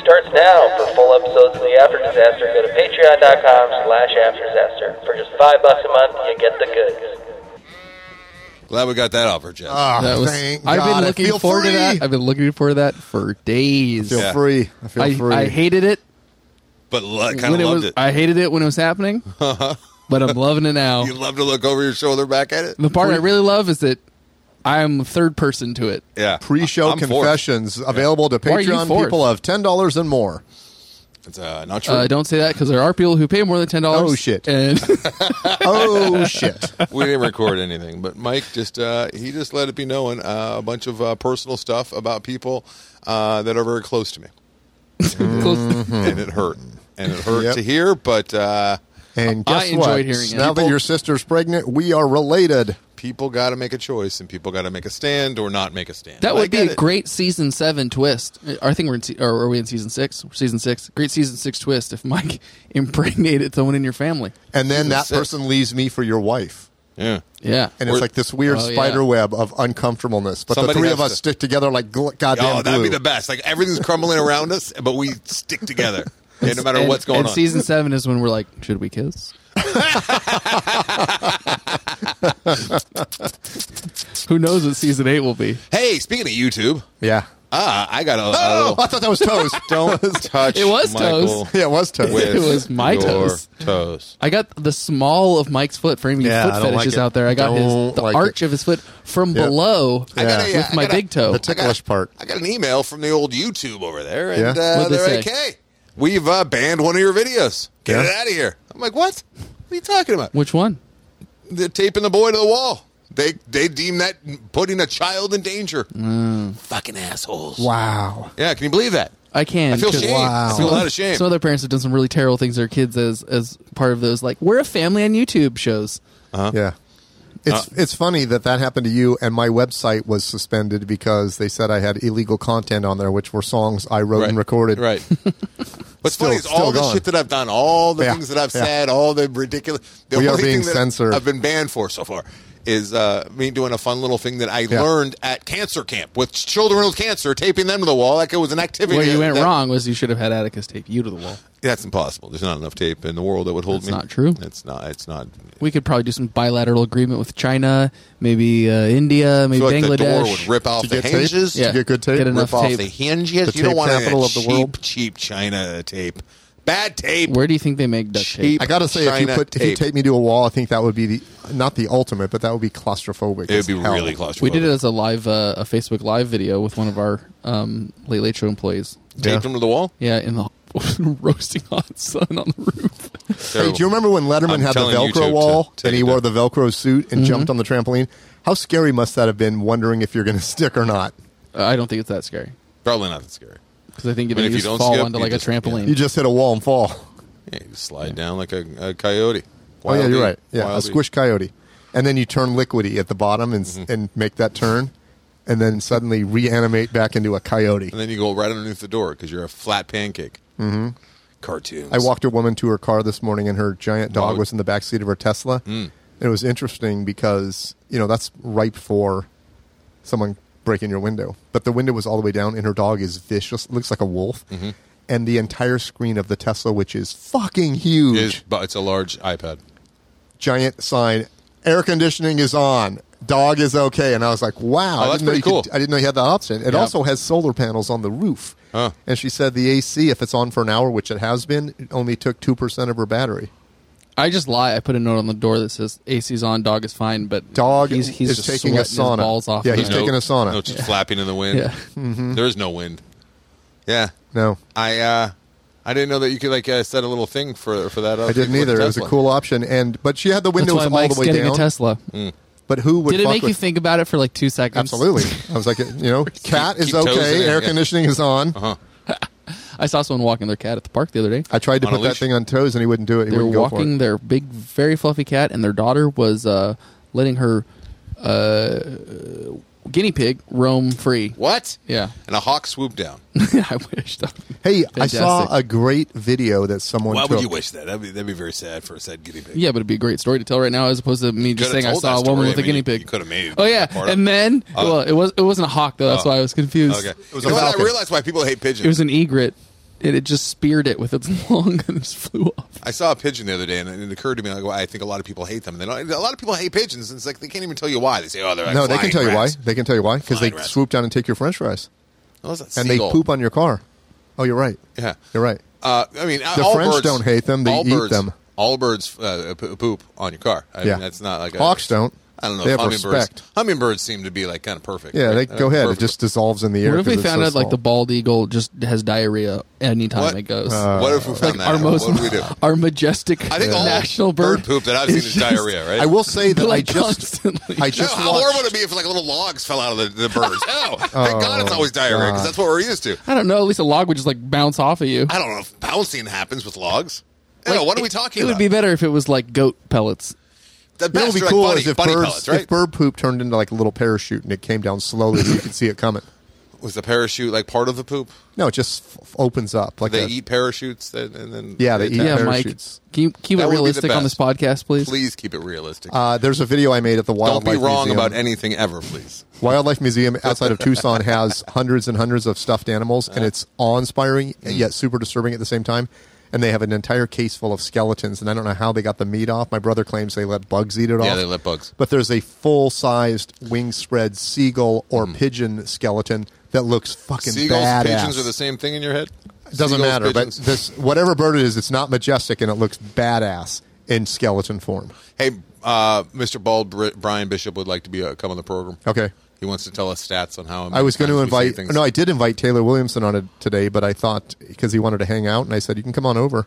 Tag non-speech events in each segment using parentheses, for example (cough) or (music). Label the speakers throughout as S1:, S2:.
S1: starts now. For full episodes of the After Disaster, go to patreon.com slash afterdisaster. For just five bucks a month, you get the goods.
S2: Glad we got that off our chest.
S3: Oh,
S4: That was,
S3: thank
S4: I've
S3: God.
S4: been
S3: I
S4: looking
S3: feel
S4: forward
S3: free.
S4: to that. I've been looking forward to that for days.
S3: feel
S2: Yeah.
S3: free. I feel
S4: I,
S3: free.
S4: I hated it.
S2: but lo- kind
S4: When
S2: of
S4: it
S2: loved
S4: was,
S2: it.
S4: I hated it when it was
S2: (laughs)
S4: happening, but I'm loving it now.
S2: you love to look over your shoulder back at it.
S4: The part I really love is that I'm third person to it.
S2: Yeah,
S3: Pre-show
S2: I'm for it.
S3: confessions available to
S4: Why are you
S3: Patreon
S4: fourth?
S3: people of ten dollars and (laughs) more.
S2: It's uh, not true.
S4: Uh, don't say that because there are people who pay more than ten dollars.
S3: Oh, shit. (laughs)
S4: And
S3: Oh shit!
S2: we didn't record anything, but Mike just uh, he just let it be known uh, a bunch of uh, personal stuff about people uh, that are very close to me,
S4: (laughs) close-
S2: (laughs) and it hurt, and it hurt
S3: Yep.
S2: to hear. But uh,
S3: And guess
S4: I enjoyed
S3: what?
S4: hearing it.
S3: now that
S2: People-
S3: your sister's pregnant, we are related.
S2: people got to make a choice, and people got to make a stand or not make a stand.
S4: that
S2: And I
S4: would be
S2: get
S4: a
S2: it.
S4: great season seven twist. I think we're in, se- or are we in season six? Season six, great season six twist. If Mike (laughs) impregnated someone in your family,
S3: And then that
S2: sick.
S3: person leaves me for your wife.
S2: Yeah.
S4: yeah,
S3: And it's
S2: Or-
S3: like this weird
S4: Oh, yeah.
S3: spider web of uncomfortableness. But the
S2: Somebody
S3: three
S2: has
S3: of us
S2: to-
S3: stick together like gl- goddamn
S2: Oh, that'd be
S3: glue.
S2: the best. Like everything's crumbling around us, but we stick
S4: (laughs)
S2: together. Yeah, no matter
S4: And-
S2: what's going
S4: and
S2: on.
S4: season seven is when we're like, should
S2: (laughs)
S4: we kiss? Who knows what season eight will be?
S2: hey, speaking of YouTube,
S3: Yeah.
S2: ah, I
S4: (laughs)
S2: got a, a
S3: Oh,
S2: little.
S3: (laughs) I thought that was (laughs) toes.
S2: Don't touch.
S4: It was
S2: Michael
S4: toes.
S3: yeah, it was (laughs) toes.
S2: With
S4: (laughs) It was my
S2: your
S4: toes.
S2: toes.
S4: I got the small of Mike's foot for any
S3: Yeah, I
S4: foot
S3: don't
S4: fetishes
S3: like it.
S4: out there. I got his
S3: Don't
S4: the
S3: like
S4: arch
S3: it.
S4: of his foot from
S3: Yeah.
S4: below
S2: I got a-
S4: with
S2: I
S4: my
S2: got a-
S4: big toe.
S3: the ticklish part.
S2: I got an email from the old YouTube over there, and
S3: Yeah.
S2: uh,
S4: What'd they
S2: they're
S4: say?
S2: like, "Hey, we've uh, banned one of your videos. Get
S3: Yeah.
S2: it out of here." I'm like, "What? What are you talking about?
S4: Which one?
S2: They're taping the boy to the wall. They they deem that putting a child in danger.
S4: Mm.
S2: Fucking assholes.
S3: Wow.
S2: Yeah, can you believe that?
S4: I can.
S2: I feel
S4: 'cause
S2: shame. I
S3: Wow.
S2: feel a lot of shame.
S4: Some other parents have done some really terrible things to their kids as as part of those like we're a family on YouTube shows.
S3: Yeah.
S2: Uh.
S3: It's it's funny that that happened to you and my website was suspended because they said I had illegal content on there which were songs I wrote and recorded. (laughs)
S2: Right. What's
S3: Still-
S2: funny is
S3: still
S2: all the
S3: gone.
S2: shit that I've done, all the
S3: Yeah,
S2: things that I've
S3: yeah.
S2: said, all the ridiculous. The
S3: We are
S2: only
S3: being
S2: thing that
S3: censored.
S2: I've been banned for so far is uh, me doing a fun little thing that I
S3: Yeah.
S2: learned at cancer camp with children with cancer, taping them to the wall like it was an activity.
S4: Where you went
S2: that-
S4: wrong was you should have had Atticus tape you to the wall.
S2: That's impossible. There's not enough tape in the world that would hold
S4: That's
S2: me.
S4: not true.
S2: It's not. It's not.
S4: We could probably do some bilateral agreement with China, maybe uh, India,
S2: I
S4: maybe
S2: feel like
S4: Bangladesh.
S2: the door would rip off
S3: To
S2: the
S3: get tape?
S2: hinges.
S3: Yeah. get good tape?
S4: Get enough
S2: Rip off
S4: tape.
S2: the hinges.
S3: The
S2: you don't
S3: tape
S2: want any
S3: capital
S2: that
S3: of the
S2: cheap,
S3: world?
S2: cheap China tape. Bad tape.
S4: Where do you think they make duct
S2: Cheap.
S4: tape?
S3: I gotta say, if you
S2: China
S3: put if you
S2: tape.
S3: tape me to a wall, I think that would be the not the ultimate, but that would be
S2: It would
S3: claustrophobic. as
S2: be
S3: hell.
S2: really claustrophobic.
S4: We did it as a live, uh, a Facebook live video with one of our um, Late Late Show employees.
S2: Taped them to the wall.
S4: Yeah, in the (laughs) roasting hot sun on the
S2: (laughs)
S4: roof.
S3: Hey, do you remember when Letterman
S2: I'm
S3: had the
S2: telling you
S3: Velcro
S2: to-
S3: wall
S2: to- to
S3: and he
S2: do
S3: wore the
S2: that.
S3: Velcro suit and
S4: Mm-hmm.
S3: jumped on the trampoline? How scary must that have been? Wondering if you're going to (laughs) stick or not.
S4: Uh, I don't think it's that scary
S2: Probably not that scary.
S4: because I think it
S2: But if
S4: would
S2: you
S4: just
S2: don't
S4: fall
S2: skip,
S4: onto
S2: you
S4: like a
S2: just-
S4: trampoline.
S3: You just hit a wall and fall.
S2: Yeah, you just slide down like a, a coyote.
S3: Oh yeah,
S2: Wild
S3: you're
S2: bee.
S3: right. Yeah,
S2: Wild
S3: a
S2: bee.
S3: squish coyote, and then you turn liquidy at the bottom and s
S2: Mm-hmm.
S3: and make that turn, and then suddenly reanimate back into a coyote.
S2: And then you go right underneath the door because you're a flat pancake. Mm-hmm. Cartoons.
S3: I walked a woman to her car this morning, and her giant dog
S2: Dog. Mm.
S3: was in the back seat of her Tesla. It was interesting because you know that's ripe for someone breaking your window, but the window was all the way down, and her dog is vicious, looks like a wolf,
S2: Mm-hmm.
S3: and the entire screen of the Tesla, which is fucking huge,
S2: It's, but it's a large iPad.
S3: giant sign, air conditioning is on. Dog is okay, and I was like, "Wow,
S2: Oh,
S3: I
S2: that's
S3: didn't know
S2: pretty
S3: you could-
S2: cool.
S3: I didn't know you had the option." It
S4: Yeah.
S3: also has solar panels on the roof,
S2: Huh.
S3: and she said the AC, if it's on for an hour, which it has been, it only took two percent of her battery.
S4: I just lie. I put a note on the door that says AC's on, dog is fine, but
S3: Dog
S4: he's, he's
S3: is
S4: just
S3: taking a
S4: sweating
S3: sauna.
S4: his balls off.
S3: Yeah,
S4: in
S3: he's
S4: there.
S3: taking a sauna. Mm-hmm.
S2: No, it's just flapping in the wind.
S4: Yeah.
S2: There's no wind. Yeah.
S3: No,
S2: I uh, I didn't know that you could like uh, set a little thing for for that.
S3: I didn't either. It was a cool option, and but she had the
S4: That's
S3: windows
S4: why
S3: all
S4: Mike's
S3: the way
S4: getting
S3: down.
S4: a Tesla.
S2: Mm.
S3: But who would?
S4: Did it
S3: fuck
S4: make you
S3: with-
S4: think about it for like two seconds?
S3: Absolutely. I was like, you know, cat is
S2: keep toes in Uh-huh.
S3: okay.
S2: it,
S3: Air
S2: yeah.
S3: conditioning is on.
S4: (laughs) I saw someone walking their cat at the park the other day.
S3: I tried to
S2: On a
S3: put that
S2: leash.
S3: thing on toes, and he wouldn't do it. He
S4: they were
S3: wouldn't go for
S4: walking
S3: it.
S4: their big, very fluffy cat, and their daughter was uh, letting her uh, guinea pig roam free.
S2: What?
S4: Yeah,
S2: And a hawk swooped
S3: (laughs)
S2: down.
S4: (laughs) I wish.
S3: Hey, I
S4: Fantastic.
S3: saw a great video that someone
S2: Why
S3: took.
S2: would you wish that? That'd be, that'd be very sad for a sad guinea pig.
S4: yeah, but it'd be a great story to tell right now, as opposed to me just
S2: Coulda
S4: saying I
S2: told
S4: saw a
S2: that
S4: woman
S2: story.
S4: with
S2: I
S4: a
S2: mean,
S4: guinea
S2: you-
S4: pig.
S2: You could have made.
S4: Oh yeah,
S2: that part up.
S4: and then
S2: Oh.
S4: well, it was it wasn't a hawk though. That's
S2: Oh.
S4: why I was confused.
S2: Okay.
S3: was
S2: You
S3: a
S2: know what? I
S3: falcon.
S2: realized why people hate pigeons.
S4: It was an egret. it, it just speared it with its (laughs) long and just flew off.
S2: I saw a pigeon the other day, and it occurred to me like, well, I think a lot of people hate them. They don't, a lot of people hate pigeons, and it's like they can't even tell you why. They say, "Oh, they're like
S3: no, they can
S2: flying
S3: tell you why.
S2: rats.
S3: They can tell you why because they
S2: Flying rats.
S3: swoop down and take your French fries,
S2: Oh, it's that
S3: and
S2: seagull.
S3: they poop on your car. Oh, you're right.
S2: Yeah,
S3: You're right.
S2: Uh, I mean,
S3: The
S2: all
S3: French
S2: birds,
S3: don't hate them, they
S2: all
S3: eat
S2: birds,
S3: them.
S2: All birds uh, p- poop on your car. I
S3: yeah,
S2: mean, that's not like a-
S3: hawks don't.
S2: I don't know.
S3: They
S2: if
S3: have
S2: hummingbirds,
S3: respect.
S2: hummingbirds seem to be like kind of perfect.
S3: Yeah,
S2: right?
S3: they go ahead. It
S2: Perfect.
S3: just dissolves in the air.
S4: What if we
S3: 'cause it's
S4: found
S3: so
S4: out like the
S3: small.
S4: bald eagle just has diarrhea anytime
S2: What?
S4: it goes?
S2: what if we found that?
S4: our
S2: out?
S4: most,
S2: what do we do?
S4: (laughs) our majestic
S2: I think all
S4: national bird,
S2: poop that I've seen is,
S4: just-
S2: diarrhea. Right?
S3: I will
S4: (laughs)
S3: say that
S4: Like,
S3: I just
S4: constantly.
S3: I
S2: No, (laughs)
S3: just
S2: how
S3: watched, Oh
S2: horrible would it be if like little logs fell out of the, the
S3: (laughs)
S2: birds? No, thank God it's always diarrhea because
S3: God.
S2: that's what we're used to.
S4: I don't know. At least a log would just like bounce off of you.
S2: I don't know if bouncing happens with logs. No,
S4: Like,
S2: what are
S4: it-
S2: we talking
S4: It would
S2: about?
S4: be better if it was like goat pellets.
S2: the
S3: You
S2: best
S3: know what
S2: are,
S3: would be
S2: like
S3: cool
S2: bunny,
S3: is if
S2: bunny
S3: birds,
S2: pellets, right?
S3: if bird poop turned into like a little parachute and it came down slowly so you could see it coming.
S2: Was the parachute like part of the poop?
S3: No, it just f- f- opens up like
S2: They
S3: a-
S2: eat parachutes that, and then
S3: Yeah, they eat
S2: attack?
S4: Yeah,
S3: parachutes.
S4: Mike. Can you keep
S2: That
S4: it
S2: would be the
S4: realistic on this
S2: best.
S4: podcast, please?
S2: Please keep it realistic.
S3: Uh, there's a video I made at the
S2: Don't
S3: Wildlife
S2: be wrong
S3: Museum.
S2: about anything ever, please.
S3: Wildlife Museum outside of Tucson has hundreds and hundreds of stuffed animals, and it's awe-inspiring and yet super disturbing at the same time. And they have an entire case full of skeletons, and I don't know how they got the meat off. My brother claims they let bugs eat it off.
S2: Yeah, they let bugs.
S3: But there's a full-sized wing-spread seagull or pigeon skeleton that looks fucking
S2: Hmm. Seagulls,
S3: badass.
S2: pigeons are the same thing in your head.
S3: Doesn't
S2: Seagulls,
S3: matter,
S2: pigeons.
S3: but this whatever bird it is, it's not majestic and it looks badass in skeleton form.
S2: hey, uh, Mr. Bald Br- Brian Bishop would like to be uh, come on the program.
S3: Okay.
S2: He wants to tell us stats on how.
S3: I was going to
S2: times we say
S3: invite.
S2: things.
S3: No, I did invite Taylor Williamson on it today, but I thought because he wanted to hang out, and I said you can come on over.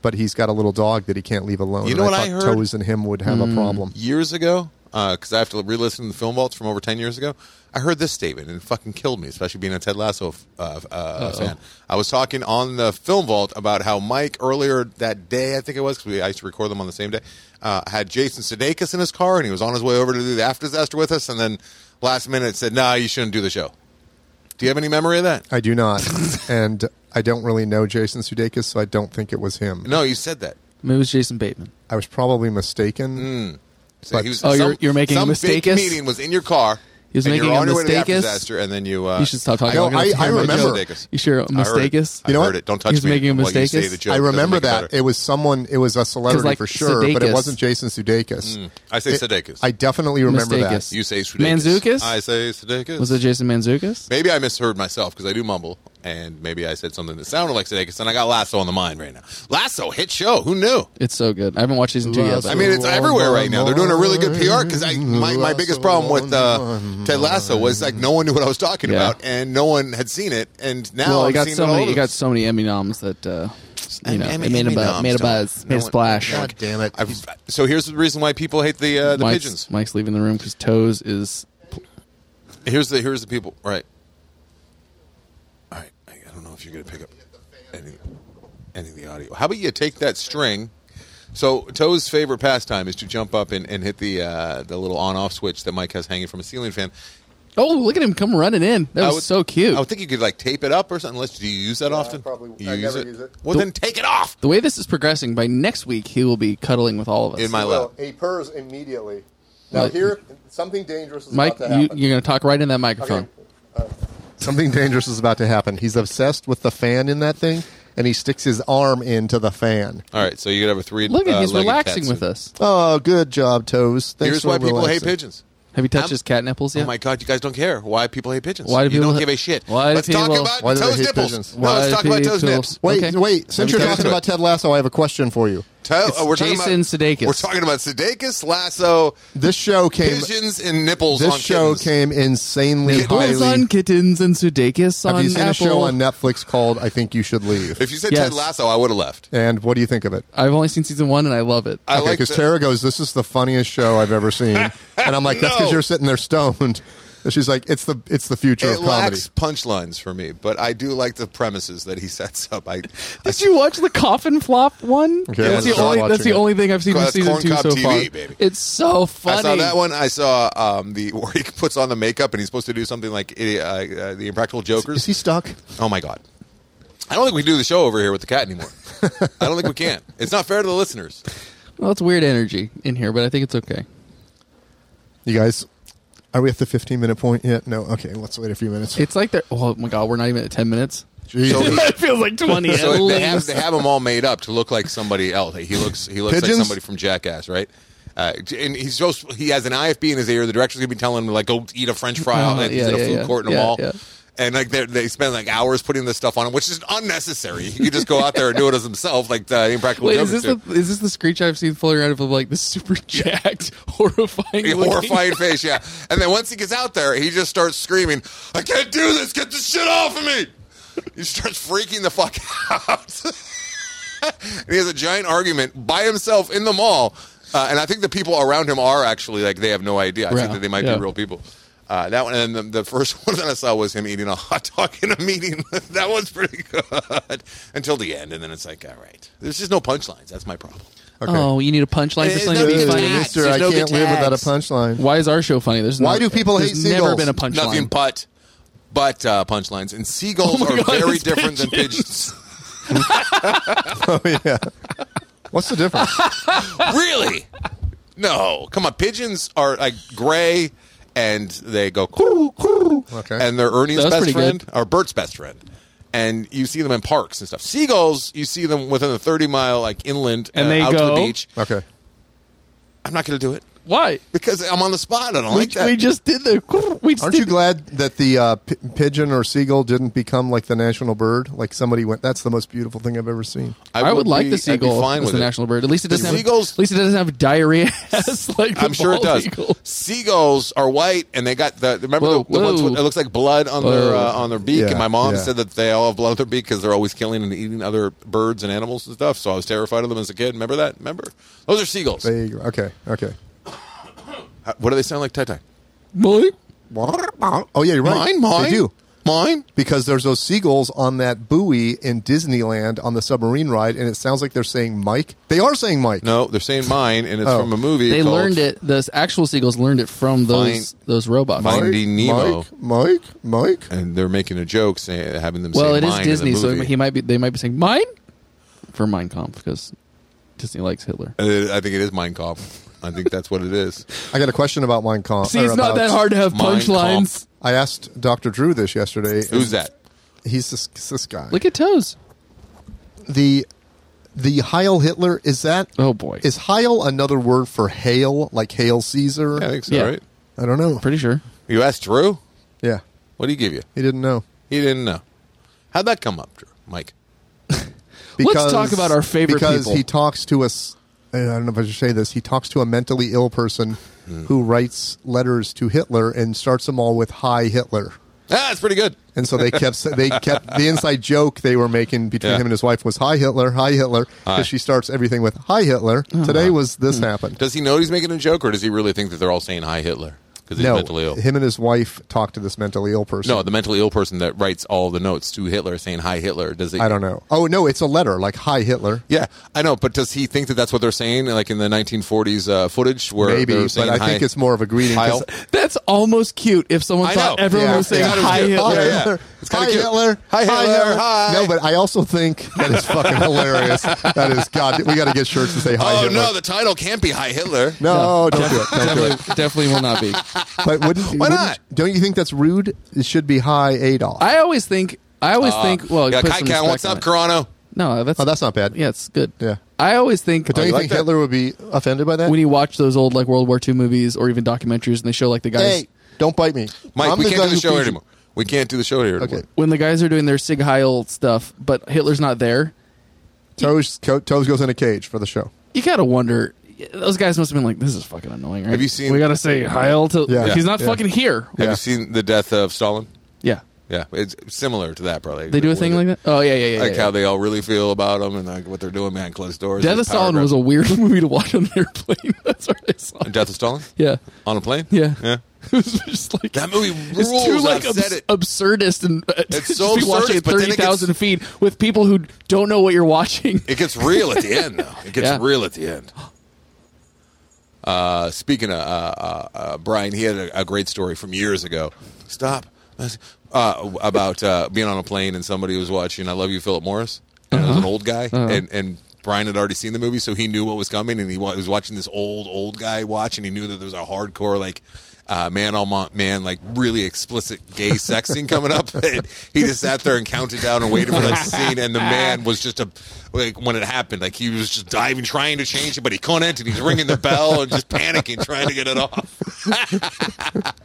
S3: But he's got a little dog that he can't leave alone.
S2: Uh. You
S3: and
S2: know what I
S3: thought
S2: heard?
S3: Toes and him would have
S4: Hmm.
S3: a problem.
S2: years ago, because I have to re-listen to the film vaults from over ten years ago. I heard this statement and it fucking killed me, especially being a Ted Lasso f- uh, uh, fan. I was talking on the film vault about how Mike earlier that day, I think it was, because I used to record them on the same day, uh, had Jason Sudeikis in his car and he was on his way over to do the after disaster with us, and then last minute said, "Nah, you shouldn't do the show." Do you have any memory of that?
S3: I
S2: (laughs)
S3: do not, and I don't really know Jason Sudeikis, so I don't think it was him.
S2: No, you said that.
S4: Maybe it was Jason Bateman.
S3: I was probably mistaken.
S2: Hmm, So
S3: But-
S2: he was,
S4: Oh, you're- you're making a
S2: some
S4: mistake,
S2: Big
S4: us?
S2: meeting was in your car.
S4: He was
S2: and
S4: making
S2: you're
S4: a
S2: on your way to the after
S4: mistake, us?
S2: disaster, and then you. Uh,
S4: You should stop talking.
S3: No,
S4: I'm gonna
S3: I-
S4: have to
S3: I
S4: hear my
S3: remember-
S4: joke. You sure a mistake is?
S2: You
S3: know
S2: know
S3: what?
S2: heard it. Don't touch
S4: He's
S2: me.
S4: making a
S2: while you
S4: mistake
S2: say
S4: is-
S2: the joke.
S3: I
S2: It doesn't
S3: remember
S2: make it
S3: that
S2: better.
S3: it was someone. It was a celebrity
S4: like,
S3: for sure, but it
S4: Sudeikis.
S3: wasn't Jason Sudeikis.
S2: Mm. I say
S3: It-
S2: Sudeikis.
S3: I definitely remember
S4: Mistakis.
S3: that.
S2: you say Sudeikis.
S4: Manzukis?
S2: I say Sudeikis.
S4: Was it Jason Manzukis?
S2: maybe I misheard myself because I do mumble, and maybe I said something that sounded like Sudeikis, and I got Lasso on the mind right now. Lasso hit show. Who knew?
S4: It's so good. I haven't watched season two yet.
S3: Last
S4: but-
S2: I mean, it's
S3: on
S2: everywhere
S3: my
S2: right now. They're doing a really good PR because my, my biggest problem with uh, Ted Lasso was like no one knew what I was talking
S4: Yeah.
S2: about, and no one had seen it, and now
S4: well,
S2: I'm
S4: it got
S2: seeing
S4: so
S2: it all
S4: many. It
S2: over
S4: got so many Emmy noms that uh, you know
S2: Emmy-
S4: it made
S2: Emmy
S4: a bu-
S2: noms
S4: made a
S2: don't-
S4: buzz,
S2: no
S4: made a
S2: one-
S4: splash.
S3: God damn it!
S2: I've, so here's the reason why people hate the uh, the
S4: Mike's,
S2: pigeons.
S4: Mike's leaving the room because Toes is
S2: Here's the here's the people. Right. All right. I I don't know if you're gonna pick up any any of the audio. How about you take that string? So Toe's favorite pastime is to jump up and, and hit the uh, the little on off switch that Mike has hanging from a ceiling fan.
S4: Oh, look at him come running in. That
S2: I
S4: was
S2: would-
S4: so cute.
S2: I would think you could like tape it up or something. Unless do you use that often?
S3: probably-
S2: You
S3: I never use it.
S2: Well, then take it off
S4: the way this is progressing, by next week he will be cuddling with all of us.
S2: in my lap.
S3: Well, he purrs immediately. Now
S4: Mike-
S3: here, something dangerous is
S4: Mike,
S3: about to
S4: you,
S3: happen.
S4: you're going to talk right in that microphone.
S3: Okay, uh, something dangerous is about to happen. He's obsessed with the fan in that thing, and he sticks his arm into the fan.
S2: All right. So you could have a three.
S4: Look at
S2: uh,
S4: he's
S2: legged
S4: relaxing
S2: cat
S4: with
S2: suit.
S4: us.
S3: Oh, good job, Toes. Thanks
S2: Here's
S3: for
S2: why people hate
S3: relaxing.
S2: pigeons.
S4: Have you touched
S2: I'm-
S4: his cat nipples yet?
S2: Oh my god, you guys don't care why people hate pigeons.
S4: Why do
S2: you
S4: people
S2: don't
S4: ha-
S2: give a shit?
S4: why do
S2: Let's talk
S4: people-
S2: about
S3: Why do they
S2: toes
S3: hate
S2: nipples.
S3: pigeons?
S2: No,
S4: Why
S2: let's
S4: do
S2: talk about
S4: people-
S2: toes nips.
S3: Wait,
S4: Okay.
S3: wait. Since you're
S2: get
S3: talking
S2: into
S3: about
S2: it.
S3: Ted Lasso, I have a question for you.
S2: Toe,
S4: It's
S2: oh, we're talking
S4: Jason
S2: about,
S4: Sudeikis.
S2: We're talking about Sudeikis, Lasso,
S3: This show came.
S2: pigeons, and nipples
S3: This
S2: on
S3: show
S2: kittens.
S3: came insanely
S4: Bulls
S3: highly.
S4: on kittens and Sudeikis on
S3: have you seen
S4: Apple.
S3: a show on Netflix called "I Think You Should Leave"?
S2: If you said
S4: Yes.
S2: Ted Lasso, I would have left.
S3: and what do you think of it?
S4: I've only seen season one and I love it.
S2: I
S3: Okay,
S2: like
S3: because
S2: the-
S3: Tara goes, "This is the funniest show I've
S2: (laughs)
S3: ever seen," and I'm like, "That's because
S2: No.
S3: you're sitting there stoned." And she's like, "It's the it's the future
S2: It
S3: of comedy."
S2: lacks punchlines for me, but I do like the premises that he sets up.
S4: (laughs)
S2: I, I
S4: Did you watch the coffin flop one?
S3: Okay,
S4: that's
S2: I
S4: the
S2: was not
S4: only. That's
S3: watching
S4: the
S3: it.
S4: only thing I've seen in
S2: That's
S4: season
S2: corn
S4: two
S2: cob
S4: so
S2: TV,
S4: far.
S2: baby.
S4: It's so funny.
S2: I saw that one. I saw um, the (laughs) where he puts on the makeup and he's supposed to do something like uh, uh, the Impractical Jokers.
S3: Is he stuck?
S2: Oh my god. I don't think we can do the show over here with the cat
S4: (laughs)
S2: anymore. I don't think we can. It's not fair to the listeners.
S4: Well, it's weird energy in here, but I think it's okay.
S3: You guys, are we at the 15 minute point yet? No. Okay, let's wait a few minutes.
S2: (laughs)
S4: It's like they're. Oh my god, we're not even at ten minutes.
S2: So he-
S4: that feels like twenty.
S2: (laughs) so
S4: at
S2: they have,
S4: least.
S2: they have him all made up to look like somebody else. He looks he looks like
S3: Pigeons?
S2: somebody from Jackass, right? Uh, and he's supposed he has an IFB in his ear. The director's gonna be telling him like go eat a French fry out
S4: Oh,
S2: at
S4: yeah,
S2: a
S4: yeah,
S2: food
S4: yeah.
S2: court in a
S4: Yeah,
S2: mall.
S4: yeah.
S2: And like they're- they spend like hours putting this stuff on him, which is unnecessary. He could just go out there and do it as himself, like uh, the impractical
S4: Wait, is
S2: Jokers
S4: this
S2: do.
S4: the is this the screech I've seen floating around of like the
S2: (laughs)
S4: super jacked, horrifying,
S2: a
S4: looking-
S2: horrified face, yeah. And then once he gets out there, he just starts screaming, "I can't do this! Get the shit off of me!" He starts freaking the fuck out, (laughs) and he has a giant argument by himself in the mall. Uh, and I think the people around him are actually like they have no idea. I
S4: Yeah,
S2: think that they might
S4: yeah.
S2: be real people. Uh, that one and the, the first (laughs) one that I saw was him eating a hot dog in a meeting. (laughs) that was pretty good until the end, and then it's like, all right, there's just no punchlines. That's my problem.
S3: Okay.
S4: Oh, you need a punchline for
S2: It's
S4: something
S2: not
S4: to be
S2: even
S4: funny.
S2: that.
S3: Mister,
S2: There's
S3: I
S2: no
S3: can't
S2: good
S3: live without a
S2: tags.
S3: punchline.
S4: Why is our show funny? There's
S3: Why
S4: not-
S3: do people hate
S4: there's Never
S3: seagulls?
S4: been a punchline.
S2: Nothing but but uh, punchlines. And seagulls
S4: (laughs) Oh my
S2: are
S4: God,
S2: very
S4: it's
S2: different than pigeons.
S3: Oh yeah. What's
S2: (laughs)
S3: the difference?
S2: really? No, come on. Pigeons are like gray, and they go coo coo,
S3: Okay.
S2: and they're Ernie's
S4: That was
S2: best
S4: pretty
S2: friend
S4: good.
S2: or Bert's best friend. And you see them in parks and stuff. Seagulls, you see them within the thirty mile, like inland,
S5: And
S2: uh,
S5: they
S2: out to the
S5: go-
S2: beach.
S3: Okay.
S2: I'm not going to do it
S4: Why?
S2: because I'm on the spot. I don't
S4: We,
S2: like that.
S4: we just did the. We just
S3: Aren't you
S4: did-
S3: glad that the uh, p- pigeon or seagull didn't become like the national bird? Like somebody went, that's the most beautiful thing I've ever seen.
S4: I, would like
S2: be-
S4: the
S2: I'd be
S4: seagull
S2: fine
S4: as
S2: with
S4: the
S2: it.
S4: national bird. At least it
S2: The
S4: doesn't have.
S2: seagulls-
S4: At least it doesn't have diarrhea. (laughs) ass like the
S2: I'm sure it
S4: bald
S2: does.
S4: eagle.
S2: Seagulls are white, and they got the remember
S4: Whoa,
S2: the, the ones
S4: whoa.
S2: with, it looks like blood on their
S4: Whoa.
S2: uh, on their beak.
S3: Oh. Yeah,
S2: and my mom
S3: yeah.
S2: said that they all have blood on their beak because they're always killing and eating other birds and animals and stuff. So I was terrified of them as a kid. Remember that? Remember those are seagulls.
S3: They, okay. Okay.
S2: Uh, what do they sound like? Tai tai.
S4: Boy.
S3: Oh yeah, you're right.
S2: Mine, mine,
S3: They do.
S2: mine.
S3: Because there's those seagulls on that buoy in Disneyland on the submarine ride, and it sounds like they're saying Mike. They are saying Mike.
S2: No, they're saying mine, and it's
S3: Oh.
S2: from a movie.
S4: They
S2: called
S4: learned it. Those actual seagulls learned it from those
S2: Fine-
S4: those robots.
S2: Finding Nemo.
S3: Mike, Mike, Mike.
S2: and they're making a joke, saying having them.
S4: Well,
S2: say
S4: it is
S2: mine in the
S4: Disney, so
S2: movie.
S4: he might be. They might be saying mine for Mein Kampf because Disney
S2: (laughs)
S4: likes Hitler.
S2: Uh, I think it is Mein Kampf. I think that's what it is.
S3: I got a question about Mein Kampf.
S4: See, it's
S3: or
S4: not
S3: about-
S4: that hard to have
S2: Mein
S4: punchlines.
S2: Kampf.
S3: I asked Dr. Drew this yesterday.
S2: Who's that?
S4: (laughs)
S3: He's this, this guy.
S4: Look at toes.
S3: the the Heil Hitler is that is
S4: Oh boy,
S3: Heil another word for hail like hail Caesar?
S2: Yeah, I think so.
S4: Yeah.
S2: Right?
S3: I don't know.
S4: pretty sure.
S2: You asked Drew.
S3: Yeah,
S2: What do you give you?
S3: he didn't know.
S2: He didn't know. How'd that come up, Drew? Mike.
S4: talk about our favorite
S3: because
S4: people.
S3: he talks to us. I don't know if I should say this. He talks to a mentally ill person
S2: Hmm.
S3: who writes letters to Hitler and starts them all with "Hi Hitler."
S2: Ah, it's pretty good.
S3: And so they kept they kept the inside joke they were making between
S2: Yeah.
S3: him and his wife was "Hi Hitler, Hi Hitler,"
S2: Hi. Uh-huh. Hmm.
S3: because she starts everything with "Hi Hitler." Today was this happened.
S2: Does he know he's making a joke, or does he really think that they're all saying "Hi Hitler" because he's
S3: no,
S2: mentally ill?
S3: him and his wife talk to this mentally ill person.
S2: no, the mentally ill person that writes all the notes to Hitler saying "Hi Hitler." Does it?
S3: I don't know. Oh no, it's a letter like "Hi Hitler."
S2: Yeah, I know, but does he think that that's what they're saying, like in the 1940s uh, footage where
S3: Maybe,
S2: they're
S3: but
S2: saying
S3: I
S2: hi,
S3: think it's more of a greeting.
S2: Heil?
S3: 'cause-
S4: That's almost cute. If someone
S2: I
S4: thought
S2: know.
S4: everyone
S3: Yeah,
S4: was saying
S3: yeah.
S4: hi
S2: Yeah,
S4: Hitler.
S2: yeah, yeah. It's kinda
S3: hi,
S2: cute.
S3: Hitler.
S2: Hi, Hitler. Hi.
S3: No, but I also think that is fucking hilarious. That is God. We got to get shirts to say hi.
S2: Oh
S3: Hitler.
S2: no, the title can't be "Hi Hitler."
S3: no, don't do it. Don't do it.
S4: (laughs) Definitely, definitely will not be.
S3: But wouldn't,
S2: Why
S3: wouldn't-
S2: not?
S3: Don't you think that's rude? It should be hi Adolf.
S4: (laughs) I always think. I always think. Well,
S2: Uh, yeah,
S4: put some
S2: Kaikan,
S4: respect
S2: what's
S4: on
S2: up,
S4: it.
S2: Carano?
S4: No, that's
S3: oh, that's not bad.
S4: yeah, it's good.
S3: Yeah.
S4: I always think.
S3: But don't you
S2: Oh, like
S3: think
S2: that?
S3: Hitler would be offended by that?
S4: when you watch those old like World War II movies or even documentaries, and they show like the guys
S3: hey, don't bite me,
S2: Mike,
S3: I'm
S2: we can't
S3: guy
S2: do the show
S3: who feeds
S2: here
S3: you.
S2: anymore. We can't do the show here anymore.
S3: Okay.
S4: when the guys are doing their Sig Heil stuff, but Hitler's not there.
S3: Toes, co- toes goes in a cage for the show.
S4: You gotta wonder. Those guys must have been like, "This is fucking annoying." Right?
S2: Have you seen-
S4: We gotta say Heil to.
S3: Yeah.
S4: He's not
S3: Yeah.
S4: fucking here.
S2: Have
S3: Yeah.
S2: you seen the death of Stalin?
S4: Yeah.
S2: Yeah, it's similar to that. Probably
S4: They do a thing like that. Oh yeah, yeah, yeah.
S2: like
S4: yeah,
S2: how
S4: yeah.
S2: they all really feel about him and like what they're doing behind closed doors.
S4: Death of
S2: This
S4: Stalin
S2: power
S4: was a
S2: grab-
S4: weird (laughs) movie to watch on an airplane. (laughs) That's what I saw.
S2: Death of Stalin
S4: Yeah, (laughs)
S2: on a plane.
S4: yeah,
S2: yeah.
S4: It was just like
S2: That movie
S4: It's
S2: rules.
S4: too like
S2: I've
S4: abs-
S2: said it.
S4: absurdist and uh, (laughs) just
S2: so
S4: be
S2: absurdist,
S4: watching at
S2: but then it
S4: thirty
S2: gets-
S4: thousand feet with people who don't know what you're watching.
S2: It gets real at the end, though. It gets
S4: Yeah.
S2: real at the end. Uh, speaking of uh, uh, uh, Brian, he had a, a great story from years ago. Stop. Uh, about uh, being on a plane and somebody was watching I Love You, Philip Morris. And it was an old guy. And, and Brian had already seen the movie, so he knew what was coming. And he wa- was watching this old, old guy watch, and he knew that there was a hardcore, like, uh, man on ma- man, like really explicit gay sex scene coming up. (laughs) And he just sat there and counted down and waited for that scene. And the man was just a like when it happened, like he was just diving, trying to change it, but he couldn't. And he's ringing the bell and just panicking, trying to get it off.